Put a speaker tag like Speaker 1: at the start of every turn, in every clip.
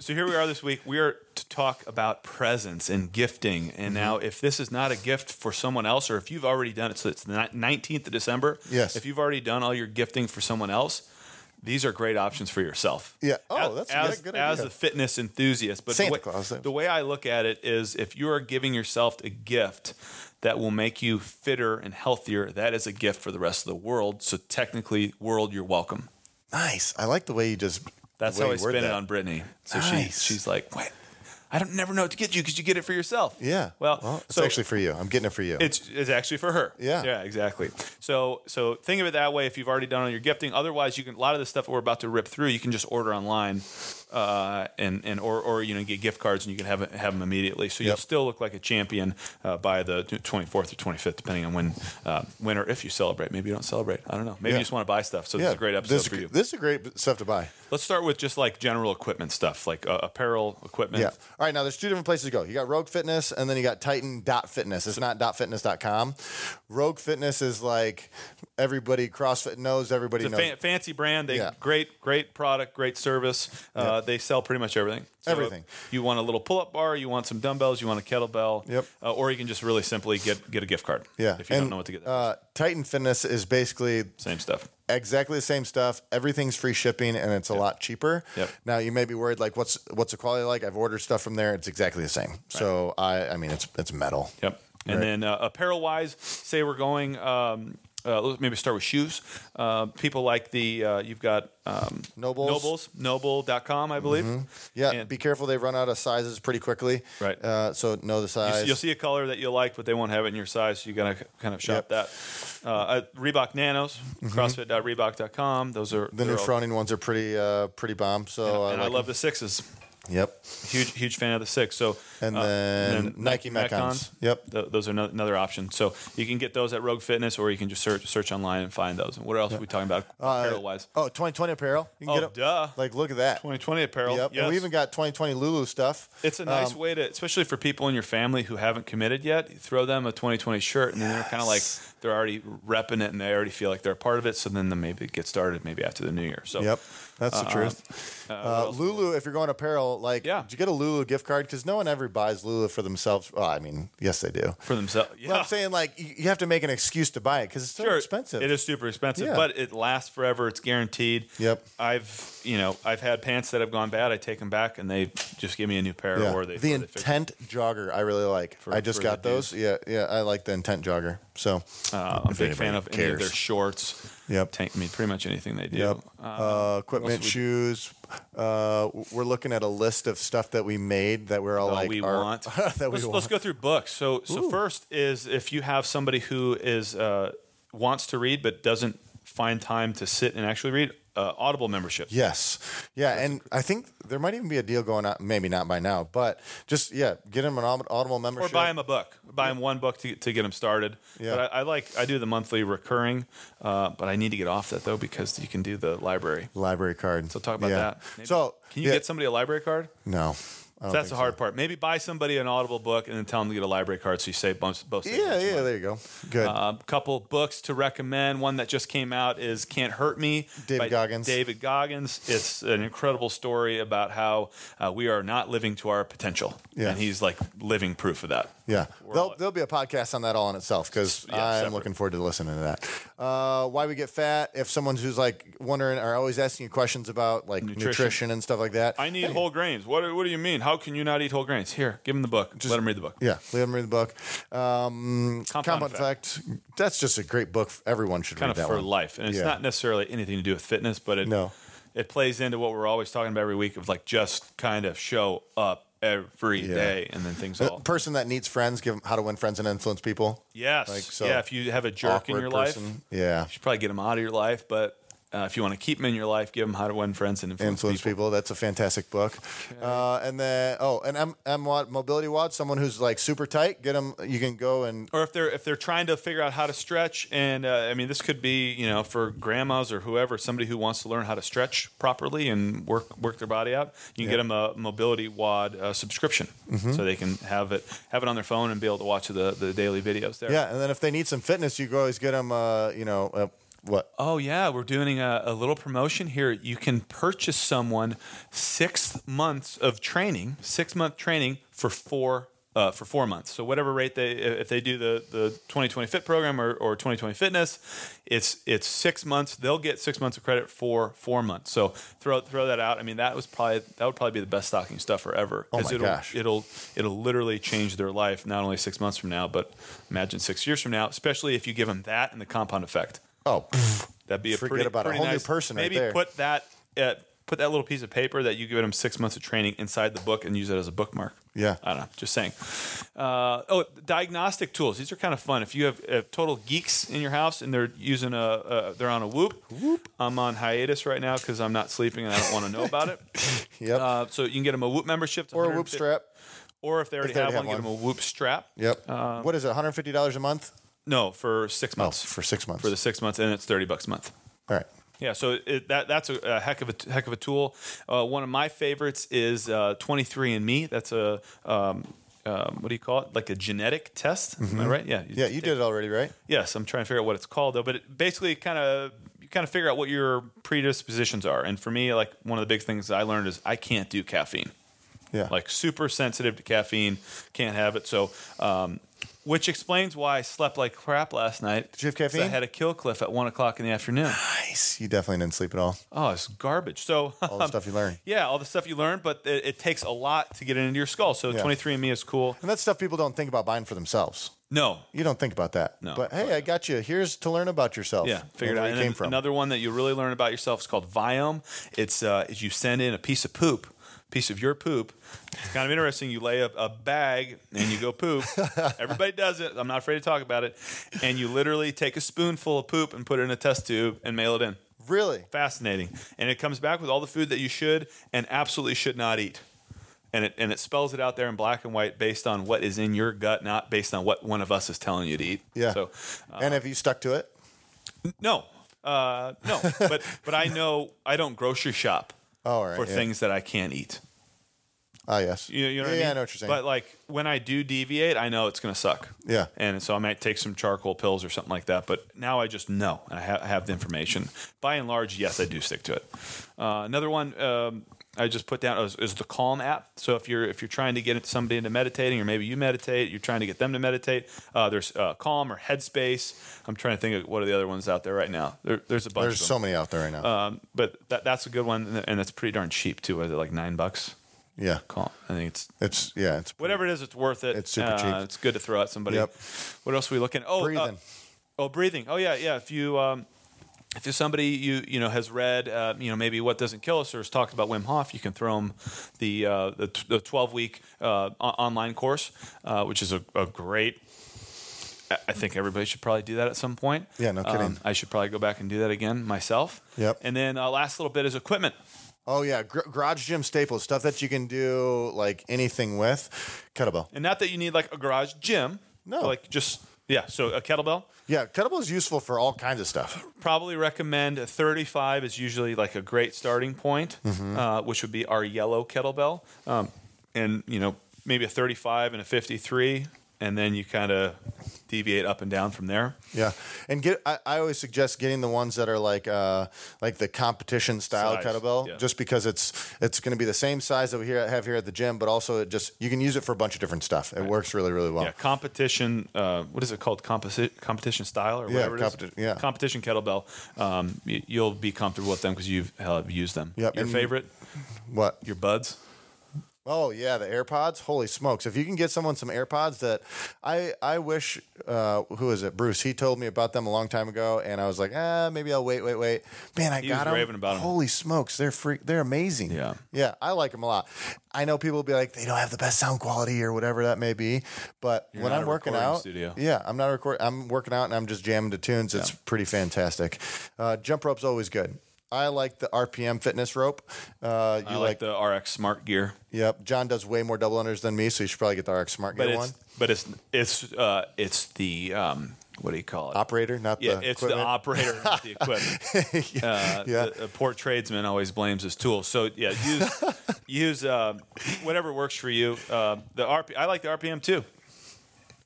Speaker 1: So here we are this week. We are to talk about presents and gifting. And now,
Speaker 2: Mm-hmm.
Speaker 1: if this is not a gift for someone else, or if you've already done it, so it's the nineteenth of December.
Speaker 2: Yes.
Speaker 1: If you've already done all your gifting for someone else, these are great options for yourself.
Speaker 2: Yeah. Oh,
Speaker 1: A-
Speaker 2: that's- yeah,
Speaker 1: as,
Speaker 2: good
Speaker 1: as
Speaker 2: idea.
Speaker 1: a fitness enthusiast. But
Speaker 2: Santa
Speaker 1: the way,
Speaker 2: Claus, yeah.
Speaker 1: The way I look at it is, if you are giving yourself a gift that will make you fitter and healthier, that is a gift for the rest of the world. So technically, world, you're welcome.
Speaker 2: Nice. I like the way you just.
Speaker 1: That's
Speaker 2: the way
Speaker 1: how I
Speaker 2: you word
Speaker 1: spin it
Speaker 2: that.
Speaker 1: on Brittany. So
Speaker 2: Nice.
Speaker 1: she she's like, "What? I don't never know what to get you because you get it for yourself."
Speaker 2: Yeah.
Speaker 1: Well,
Speaker 2: it's
Speaker 1: so
Speaker 2: actually for you. I'm getting it for you.
Speaker 1: it's it's actually for her.
Speaker 2: Yeah.
Speaker 1: Yeah. Exactly. So so think of it that way. If you've already done all your gifting, otherwise you can a lot of the stuff that we're about to rip through, you can just order online, uh, and and or or you know get gift cards and you can have it- have them immediately. So you'll
Speaker 2: Yep.
Speaker 1: still look like a champion uh, by the twenty fourth or twenty fifth, depending on when uh, when or if you celebrate. Maybe you don't celebrate. I don't know. Maybe
Speaker 2: Yeah.
Speaker 1: you just want to buy stuff. So this is a great episode
Speaker 2: this is,
Speaker 1: for
Speaker 2: gr-
Speaker 1: you.
Speaker 2: This is great stuff to buy.
Speaker 1: Let's start with just like general equipment stuff, like uh, apparel equipment.
Speaker 2: Yeah. All right. Now there's two different places to go. You got Rogue Fitness and then you got Titan dot Fitness. It's not dot fitness.com. Rogue Fitness is like everybody CrossFit knows, everybody
Speaker 1: It's a
Speaker 2: knows.
Speaker 1: fa- fancy brand. They
Speaker 2: Yeah.
Speaker 1: great, great product, great service. Uh, They sell pretty much everything. So
Speaker 2: Everything.
Speaker 1: You want a little pull-up bar. You want some dumbbells. You want a kettlebell.
Speaker 2: Yep.
Speaker 1: Uh, or you can just really simply get get a gift card.
Speaker 2: yeah.
Speaker 1: If you
Speaker 2: And,
Speaker 1: don't know what to get,
Speaker 2: Uh, Titan Fitness is basically
Speaker 1: same stuff.
Speaker 2: exactly the same stuff. Everything's free shipping and it's a lot cheaper.
Speaker 1: Yep.
Speaker 2: Now you may be worried like what's what's the quality like? I've ordered stuff from there. It's exactly the same. So I I mean it's it's metal.
Speaker 1: Yep. And then uh, apparel wise, say we're going. Um, uh, let's maybe start with shoes. Uh, people like the uh, you've got um,
Speaker 2: Nobles. Mm-hmm.
Speaker 1: Nobles Noble.com, I believe.
Speaker 2: Yeah,
Speaker 1: And-
Speaker 2: be careful. They run out of sizes pretty quickly.
Speaker 1: Right.
Speaker 2: Uh, so know the
Speaker 1: You
Speaker 2: size.
Speaker 1: s- You'll see a color that you like, but they won't have it in your size, so you gotta k- kind of shop that. Uh, uh, Reebok Nanos, CrossFit.reebok.com. Those are
Speaker 2: Mm-hmm. the new
Speaker 1: they're all-
Speaker 2: Froning ones are pretty uh, pretty bomb. So I,
Speaker 1: and I
Speaker 2: like
Speaker 1: love the sixes.
Speaker 2: them. Yep.
Speaker 1: Huge, huge fan of the six. So uh,
Speaker 2: And then Nike Metcons. Yep.
Speaker 1: Th- those are no- another option. So you can get those at Rogue Fitness, or you can just search search online and find those. And what else are we talking about apparel wise?
Speaker 2: Oh, 2020 apparel. You can
Speaker 1: Oh,
Speaker 2: get 'em.
Speaker 1: duh.
Speaker 2: Like look at that.
Speaker 1: 2020 apparel.
Speaker 2: Yep. And
Speaker 1: yes.
Speaker 2: we even got 2020 Lulu stuff. Uh,
Speaker 1: It's a nice
Speaker 2: Um,
Speaker 1: way to, especially for people in your family who haven't committed yet, you throw them a 2020 shirt and then they're kind of like, they're already repping it and they already feel like they're a part of it. So then they maybe get started maybe after the new year. So,
Speaker 2: Yep. That's the
Speaker 1: Uh-uh.
Speaker 2: truth. Uh, Lulu, if you're going apparel, like,
Speaker 1: Yeah.
Speaker 2: did you get a Lulu gift card? Because no one ever buys Lulu for themselves. Well, I mean, yes, they do.
Speaker 1: For themselves. Yeah.
Speaker 2: But I'm saying, like, you you have to make an excuse to buy it because it's so
Speaker 1: Sure,
Speaker 2: expensive.
Speaker 1: It is super expensive,
Speaker 2: Yeah.
Speaker 1: but it lasts forever. It's guaranteed.
Speaker 2: Yep.
Speaker 1: I've, you know, I've had pants that have gone bad. I take them back and they just give me a new pair
Speaker 2: Yeah.
Speaker 1: or they,
Speaker 2: the
Speaker 1: or they fix it.
Speaker 2: intent jogger I really like. I just
Speaker 1: for
Speaker 2: got
Speaker 1: the
Speaker 2: those. Yeah, yeah, I like the intent jogger. So
Speaker 1: Uh, I'm a
Speaker 2: if
Speaker 1: big fan of any
Speaker 2: anybody
Speaker 1: of
Speaker 2: cares.
Speaker 1: their shorts.
Speaker 2: Yep.
Speaker 1: Tank, I mean, pretty much anything they do.
Speaker 2: Yep. Uh,
Speaker 1: Uh,
Speaker 2: equipment,
Speaker 1: we-
Speaker 2: shoes. Uh, w- we're looking at a list of stuff that we made that we're all
Speaker 1: all
Speaker 2: like
Speaker 1: we
Speaker 2: are-
Speaker 1: want.
Speaker 2: that we
Speaker 1: let's,
Speaker 2: want.
Speaker 1: let's go through books. So, so first is if you have somebody who is uh, wants to read but doesn't find time to sit and actually read, uh, Audible membership.
Speaker 2: Yes. Yeah. and I think there might even be a deal going on, maybe not by now, but just, yeah, get him an Aud- Audible
Speaker 1: Or
Speaker 2: membership.
Speaker 1: buy him a book. Buy him one book to, to get him started.
Speaker 2: Yeah.
Speaker 1: But I, I like I do the monthly recurring, uh, but I need to get off that though because you can do the library.
Speaker 2: library card.
Speaker 1: So talk about
Speaker 2: Yeah.
Speaker 1: that. Maybe-
Speaker 2: So,
Speaker 1: can you
Speaker 2: yeah,
Speaker 1: get somebody a library card?
Speaker 2: No. I don't
Speaker 1: That's
Speaker 2: think
Speaker 1: the
Speaker 2: so.
Speaker 1: hard part. Maybe buy somebody an Audible book and then tell them to get a library card so you save both. both save
Speaker 2: Yeah.
Speaker 1: both
Speaker 2: Yeah. There you go. Good.
Speaker 1: A Uh, couple books to recommend. One that just came out is "Can't Hurt Me."
Speaker 2: David
Speaker 1: by
Speaker 2: Goggins.
Speaker 1: David Goggins. It's an incredible story about how uh, we are not living to our potential,
Speaker 2: Yeah.
Speaker 1: and he's like living proof of that.
Speaker 2: yeah.
Speaker 1: we're
Speaker 2: There'll,
Speaker 1: all-
Speaker 2: there'll be a podcast on that all in itself because
Speaker 1: Yeah,
Speaker 2: I'm
Speaker 1: separate.
Speaker 2: looking forward to listening to that. Uh, why we get fat. If someone who's like wondering or always asking you questions about like nutrition,
Speaker 1: Nutrition.
Speaker 2: and stuff like that.
Speaker 1: I need whole grains. What, do- what do you mean? How can you not eat whole grains? Here, give him the book. Let him read the book.
Speaker 2: yeah, let them read the book. Um,
Speaker 1: Compound
Speaker 2: effect. That's just a great book. Everyone should
Speaker 1: kind
Speaker 2: read
Speaker 1: of
Speaker 2: that
Speaker 1: for
Speaker 2: one.
Speaker 1: life, and it's
Speaker 2: Yeah.
Speaker 1: not necessarily anything to do with fitness, but it
Speaker 2: No.
Speaker 1: it plays into what we're always talking about every week of like just kind of show up every day,
Speaker 2: Yeah. Uh,
Speaker 1: and then things
Speaker 2: The
Speaker 1: all
Speaker 2: person that needs friends, give them how to win friends and influence people.
Speaker 1: Yes.
Speaker 2: Like, so
Speaker 1: yeah. If you have a jerk in
Speaker 2: Awkward
Speaker 1: your life,
Speaker 2: person. yeah,
Speaker 1: you should probably get them out of your life. But uh, if you want to keep them in your life, give them how to win friends and influence,
Speaker 2: influence
Speaker 1: people.
Speaker 2: people. That's a fantastic book. Uh, and then oh, and M M Watt mobility Watt, someone who's like super tight, get them. You can go and
Speaker 1: Or if they're if they're trying to figure out how to stretch, and uh, I mean, this could be you know for grandmas or whoever, somebody who wants to learn how to stretch properly and work work their body out, you can get them a mobility wad uh, subscription, so they can have it have it on their phone and be able to watch the the daily videos there.
Speaker 2: yeah, and then if they need some fitness, you can always get them. Uh, you know. A, What?
Speaker 1: Oh yeah, we're doing a, a little promotion here. You can purchase someone six months of training, six month training for four uh, for four months. So whatever rate they if they do the the 2020 Fit program or, or 2020 Fitness, it's it's six months. They'll get six months of credit for four months. So throw throw that out. I mean that was probably that would probably be the best stocking stuffer ever.
Speaker 2: Oh
Speaker 1: 'Cause
Speaker 2: my
Speaker 1: it'll,
Speaker 2: gosh.
Speaker 1: It'll it'll literally change their life not only six months from now, but imagine six years from now. Especially if you give them that and the compound effect.
Speaker 2: Oh, pff,
Speaker 1: That'd be a
Speaker 2: Forget
Speaker 1: pretty,
Speaker 2: about it.
Speaker 1: pretty
Speaker 2: A whole new
Speaker 1: nice-
Speaker 2: person right
Speaker 1: Maybe
Speaker 2: there.
Speaker 1: put that uh, put that little piece of paper that you give them six months of training inside the book and use it as a bookmark.
Speaker 2: Yeah.
Speaker 1: I don't know. Just saying. Uh, oh, diagnostic tools. These are kind of fun. If you have, have total geeks in your house and they're using a, uh, they're on a Whoop. Whoop. I'm on hiatus right now because I'm not sleeping and I don't want to know about it.
Speaker 2: yep.
Speaker 1: Uh, so you can get them a Whoop membership it's
Speaker 2: or a whoop
Speaker 1: 150
Speaker 2: strap.
Speaker 1: or if they already
Speaker 2: they
Speaker 1: have,
Speaker 2: already
Speaker 1: one,
Speaker 2: have
Speaker 1: get them a Whoop strap.
Speaker 2: Yep.
Speaker 1: Um,
Speaker 2: what is it? One hundred fifty dollars a month?
Speaker 1: No, for six
Speaker 2: Oh,
Speaker 1: months.
Speaker 2: for six months.
Speaker 1: for the six months, and it's thirty bucks a month.
Speaker 2: All right.
Speaker 1: Yeah, so it, that that's a, a heck of a heck of a tool. Uh, one of my favorites is uh, 23andMe. That's a um, um, what do you call it? Like a genetic test? Am I right? Yeah.
Speaker 2: Mm-hmm. Yeah, you did it already, right?
Speaker 1: Yes, I'm trying to figure out what it's called though. But it basically, kind of you kind of figure out what your predispositions are. And for me, like one of the big things I learned is I can't do caffeine
Speaker 2: Yeah.
Speaker 1: like super sensitive to caffeine, can't have it. So, um, which explains why I slept like crap last night. Did
Speaker 2: you have
Speaker 1: I
Speaker 2: caffeine?
Speaker 1: had a kill cliff at one o'clock in the afternoon.
Speaker 2: nice. You definitely didn't sleep at all.
Speaker 1: Oh, it's garbage. So,
Speaker 2: All the stuff you learn.
Speaker 1: yeah, all the stuff you learn, but it, it takes a lot to get it into your skull. So,
Speaker 2: Yeah.
Speaker 1: 23andMe is cool.
Speaker 2: And that's stuff people don't think about buying for themselves.
Speaker 1: No.
Speaker 2: You don't think about that.
Speaker 1: No,
Speaker 2: But hey,
Speaker 1: probably
Speaker 2: I got you. Here's to learn about yourself.
Speaker 1: Yeah, figure it
Speaker 2: and
Speaker 1: out.
Speaker 2: where
Speaker 1: And
Speaker 2: you
Speaker 1: then
Speaker 2: came from.
Speaker 1: another one that you really learn about yourself is called Viome. It's uh, is you send in a piece of poop, piece of your poop. It's kind of interesting. You lay up a bag and you go poop. Everybody does it. I'm not afraid to talk about it. And you literally take a spoonful of poop and put it in a test tube and mail it in.
Speaker 2: really?
Speaker 1: Fascinating. And it comes back with all the food that you should and absolutely should not eat. And it, and it spells it out there in black and white based on what is in your gut, not based on what one of us is telling you to eat.
Speaker 2: Yeah.
Speaker 1: So
Speaker 2: and have you stuck to it?
Speaker 1: no, uh, no. But but I know I don't grocery shop
Speaker 2: Oh, all right.
Speaker 1: for
Speaker 2: yeah.
Speaker 1: things that I can't eat.
Speaker 2: Ah, yes.
Speaker 1: You, you know what
Speaker 2: yeah,
Speaker 1: I mean?
Speaker 2: I know what you're saying.
Speaker 1: But like when I do deviate, I know it's going to suck.
Speaker 2: Yeah.
Speaker 1: And so I might take some charcoal pills or something like that. But now I just know and I, ha- I have the information. By and large, yes, I do stick to it. Uh, another one. Um, I just put down is, is the Calm app. So if you're if you're trying to get somebody into meditating, or maybe you meditate, you're trying to get them to meditate. Uh, there's uh, Calm or Headspace. I'm trying to think of what are the other ones out there right now. There, there's a bunch.
Speaker 2: There's
Speaker 1: of them.
Speaker 2: so many out there right now.
Speaker 1: Um, but that, that's a good one, and it's pretty darn cheap too. Was it like nine bucks?
Speaker 2: yeah.
Speaker 1: Call. I think it's
Speaker 2: It's, yeah, it's
Speaker 1: whatever it is. It's worth it. Uh,
Speaker 2: It's super cheap.
Speaker 1: It's good to throw at somebody.
Speaker 2: Yep.
Speaker 1: What else are we looking? Oh, uh,
Speaker 2: Breathing.
Speaker 1: oh, breathing. Oh yeah, yeah. If you um, if there's somebody you you know has read uh, you know maybe what doesn't kill us or has talked about Wim Hof, you can throw them the uh, the, t- the 12 week uh, o- online course, uh, which is a, a great. I- I think everybody should probably do that at some point. Um,
Speaker 2: Yeah, no kidding.
Speaker 1: I should probably go back and do that again myself.
Speaker 2: Yep.
Speaker 1: And then uh, last little bit is equipment.
Speaker 2: Oh yeah, gr- garage gym staples, stuff that you can do like anything with, kettlebell.
Speaker 1: And not that you need like a garage gym.
Speaker 2: No.
Speaker 1: Like just yeah, so a kettlebell.
Speaker 2: Yeah, kettlebell is useful for all kinds of stuff.
Speaker 1: Probably recommend a 35 is usually like a great starting point,
Speaker 2: Mm-hmm.
Speaker 1: uh, which would be our yellow kettlebell, um, and you know maybe a 35 and a 53, and then you kind of deviate up and down from there.
Speaker 2: Yeah, and get I, I always suggest getting the ones that are like uh like the competition style
Speaker 1: Size,
Speaker 2: kettlebell,
Speaker 1: yeah.
Speaker 2: just because it's it's going to be the same size that we here have here at the gym, but also it just you can use it for a bunch of different stuff. It works really really well.
Speaker 1: Yeah, competition. Uh, what is it called? Composi- competition style or
Speaker 2: Yeah,
Speaker 1: whatever. it is?
Speaker 2: competi- yeah.
Speaker 1: competition kettlebell. Um, y- you'll be comfortable with them because you've uh, used them.
Speaker 2: Yep,
Speaker 1: Your
Speaker 2: and-
Speaker 1: favorite?
Speaker 2: What?
Speaker 1: Your buds?
Speaker 2: Oh yeah, the AirPods. Holy smokes! If you can get someone some AirPods, that I I wish. Uh, who is it? Bruce. He told me about them a long time ago, and I was like, ah, maybe I'll wait, wait, wait. Man, I
Speaker 1: He was
Speaker 2: got them.
Speaker 1: raving about 'em.
Speaker 2: Holy smokes, they're freak. They're amazing.
Speaker 1: Yeah.
Speaker 2: yeah, I like them a lot. I know people will be like, they don't have the best sound quality or whatever that may be, but when
Speaker 1: not
Speaker 2: I'm
Speaker 1: a
Speaker 2: working
Speaker 1: recording
Speaker 2: out,
Speaker 1: studio.
Speaker 2: yeah, I'm not recording. I'm working out and I'm just jamming to tunes. It's pretty fantastic. Uh, jump rope's always good. I like the RPM fitness rope. Uh, you
Speaker 1: I like the RX Smart Gear.
Speaker 2: Yep. John does way more double unders than me, so you should probably get the RX Smart
Speaker 1: but
Speaker 2: Gear
Speaker 1: it's
Speaker 2: one.
Speaker 1: but it's it's uh, it's the um, what do you call it?
Speaker 2: Operator, not
Speaker 1: yeah,
Speaker 2: the
Speaker 1: it's
Speaker 2: equipment.
Speaker 1: the operator, not the equipment. Uh,
Speaker 2: yeah.
Speaker 1: the, the poor tradesman always blames his tool. So yeah, use Uh, use um, whatever works for you. Uh, the RP, I like the RPM too.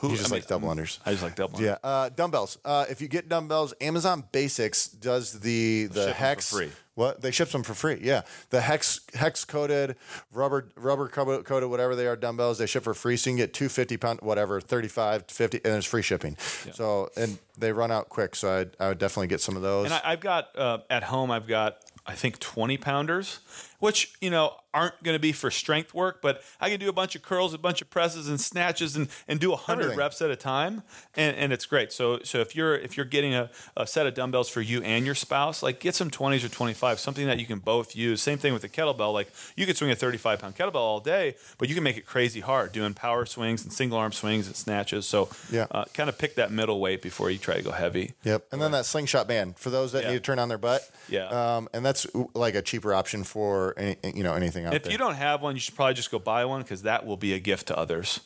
Speaker 1: Who
Speaker 2: You just
Speaker 1: I mean,
Speaker 2: like double unders.
Speaker 1: I just like double.
Speaker 2: Yeah, uh, dumbbells. Uh, if you get dumbbells, Amazon Basics does the the
Speaker 1: them for
Speaker 2: hex.
Speaker 1: free.
Speaker 2: What they ship them for free? Yeah, the hex hex coated rubber rubber co- coated whatever they are dumbbells they ship for free. So you can get two fifty pound whatever 35, 50, and it's free shipping. So and they run out quick. So I'd, I would definitely get some of those.
Speaker 1: And I, I've got uh, at home. I've got I think twenty pounders, which you know aren't going to be for strength work, but I can do a bunch of curls, a bunch of presses and snatches, and and do hundred
Speaker 2: Everything.
Speaker 1: reps at a time, and, and it's great. So so if you're if you're getting a, a set of dumbbells for you and your spouse, like get some twenties or twenty five, something that you can both use. Same thing with the kettlebell. Like you could swing a thirty five pound kettlebell all day, but you can make it crazy hard doing power swings and single arm swings and snatches. So
Speaker 2: Yeah.
Speaker 1: uh, kind of pick that middle weight before you try to go heavy.
Speaker 2: Yep. And then that slingshot band for those that
Speaker 1: Yeah.
Speaker 2: need to turn on their butt.
Speaker 1: Yeah.
Speaker 2: Um, and that's uh, like a cheaper option for any, you know anything out
Speaker 1: If
Speaker 2: there.
Speaker 1: you don't have one, you should probably just go buy one because that will be a gift to others.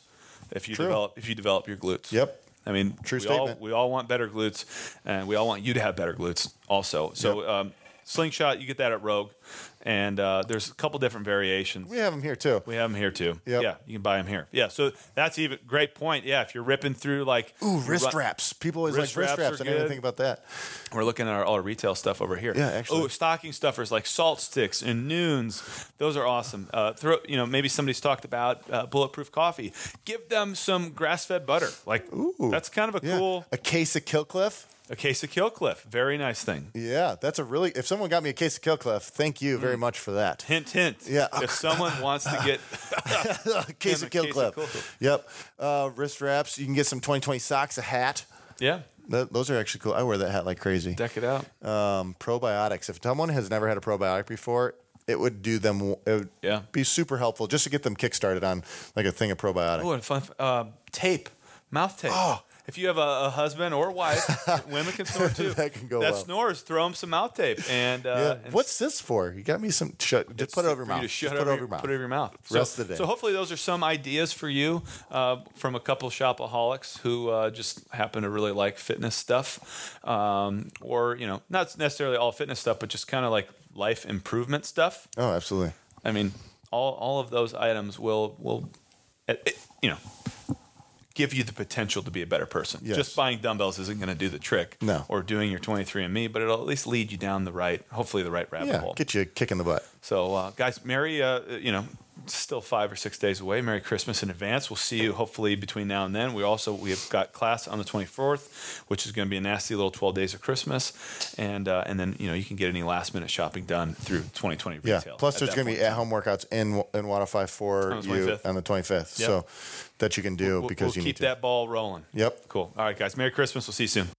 Speaker 1: If you
Speaker 2: True.
Speaker 1: develop, if you develop your glutes.
Speaker 2: Yep.
Speaker 1: I mean,
Speaker 2: True
Speaker 1: we
Speaker 2: statement.
Speaker 1: all we all want better glutes, and we all want you to have better glutes also. So, um, slingshot, you get that at Rogue, and uh, there's a couple different variations.
Speaker 2: we have them here too.
Speaker 1: We have them here too.
Speaker 2: Yep.
Speaker 1: Yeah, you can buy them here. Yeah, so that's even great point. Yeah, if you're ripping through like
Speaker 2: Ooh, wrist
Speaker 1: wraps.
Speaker 2: wraps. People always
Speaker 1: Wrist
Speaker 2: like wrist
Speaker 1: wraps
Speaker 2: wraps.
Speaker 1: are
Speaker 2: I didn't even
Speaker 1: good.
Speaker 2: think about that.
Speaker 1: We're looking at our, all our retail stuff over here.
Speaker 2: Yeah, actually.
Speaker 1: Oh, stocking stuffers like salt sticks and noons. Those are awesome. Uh, throw, you know, maybe somebody's talked about uh, bulletproof coffee. Give them some grass-fed butter. Like, that's kind of a
Speaker 2: Yeah.
Speaker 1: cool.
Speaker 2: A case of Killcliff.
Speaker 1: A case of Killcliff, very nice thing.
Speaker 2: Yeah, that's a really. If someone got me a case of Killcliff, thank you
Speaker 1: Mm.
Speaker 2: very much for that.
Speaker 1: Hint, hint.
Speaker 2: Yeah.
Speaker 1: If someone wants to get,
Speaker 2: case
Speaker 1: Damn,
Speaker 2: of
Speaker 1: a case of
Speaker 2: Killcliff.
Speaker 1: Killcliff.
Speaker 2: Yep. Uh, wrist wraps. You can get some 2020 socks, a hat.
Speaker 1: yeah,
Speaker 2: Th- those are actually cool. I wear that hat like crazy.
Speaker 1: deck it out.
Speaker 2: Um, probiotics. If someone has never had a probiotic before, it would do them. It would
Speaker 1: Yeah.
Speaker 2: be super helpful just to get them kickstarted on like a thing of probiotic.
Speaker 1: Oh, and fun uh, tape, mouth tape.
Speaker 2: Oh.
Speaker 1: If you have a, a husband or wife, women can snore too.
Speaker 2: That can go
Speaker 1: That
Speaker 2: well.
Speaker 1: snores, throw them some mouth tape and,
Speaker 2: Yeah.
Speaker 1: uh, and
Speaker 2: What's this for? You got me some. Shut, just put it over your
Speaker 1: for you
Speaker 2: mouth.
Speaker 1: to
Speaker 2: Just
Speaker 1: shut
Speaker 2: put it
Speaker 1: over
Speaker 2: over
Speaker 1: your-
Speaker 2: your mouth.
Speaker 1: Put it over your mouth.
Speaker 2: Rest
Speaker 1: so,
Speaker 2: of the day.
Speaker 1: So hopefully those are some ideas for you uh, from a couple shopaholics who uh, just happen to really like fitness stuff, um, or you know, not necessarily all fitness stuff, but just kind of like life improvement stuff.
Speaker 2: Oh, absolutely.
Speaker 1: I mean, all all of those items will will, eh, eh, you know. Give you the potential to be a better person.
Speaker 2: Yes.
Speaker 1: Just buying dumbbells isn't going to do the trick,
Speaker 2: No.
Speaker 1: Or doing your 23andMe, but it'll at least lead you down the right, hopefully the right rabbit
Speaker 2: Yeah.
Speaker 1: hole.
Speaker 2: Get you a kick in the butt.
Speaker 1: So, uh, guys, Merry, uh, you know, still five or six days away. Merry Christmas in advance. We'll see you hopefully between now and then. We also we have got class on the 24th, which is going to be a nasty little 12 days of Christmas, and uh, and then you know you can get any last minute shopping done through 2020
Speaker 2: Yeah.
Speaker 1: retail.
Speaker 2: Plus, there's going to be at home workouts in in Wattify for
Speaker 1: On the
Speaker 2: you
Speaker 1: 25th.
Speaker 2: on the 25th.
Speaker 1: Yep.
Speaker 2: So that you can do
Speaker 1: we'll, we'll
Speaker 2: because you
Speaker 1: keep
Speaker 2: need to.
Speaker 1: that ball rolling.
Speaker 2: Yep.
Speaker 1: Cool. All right, guys. Merry Christmas. We'll see you soon.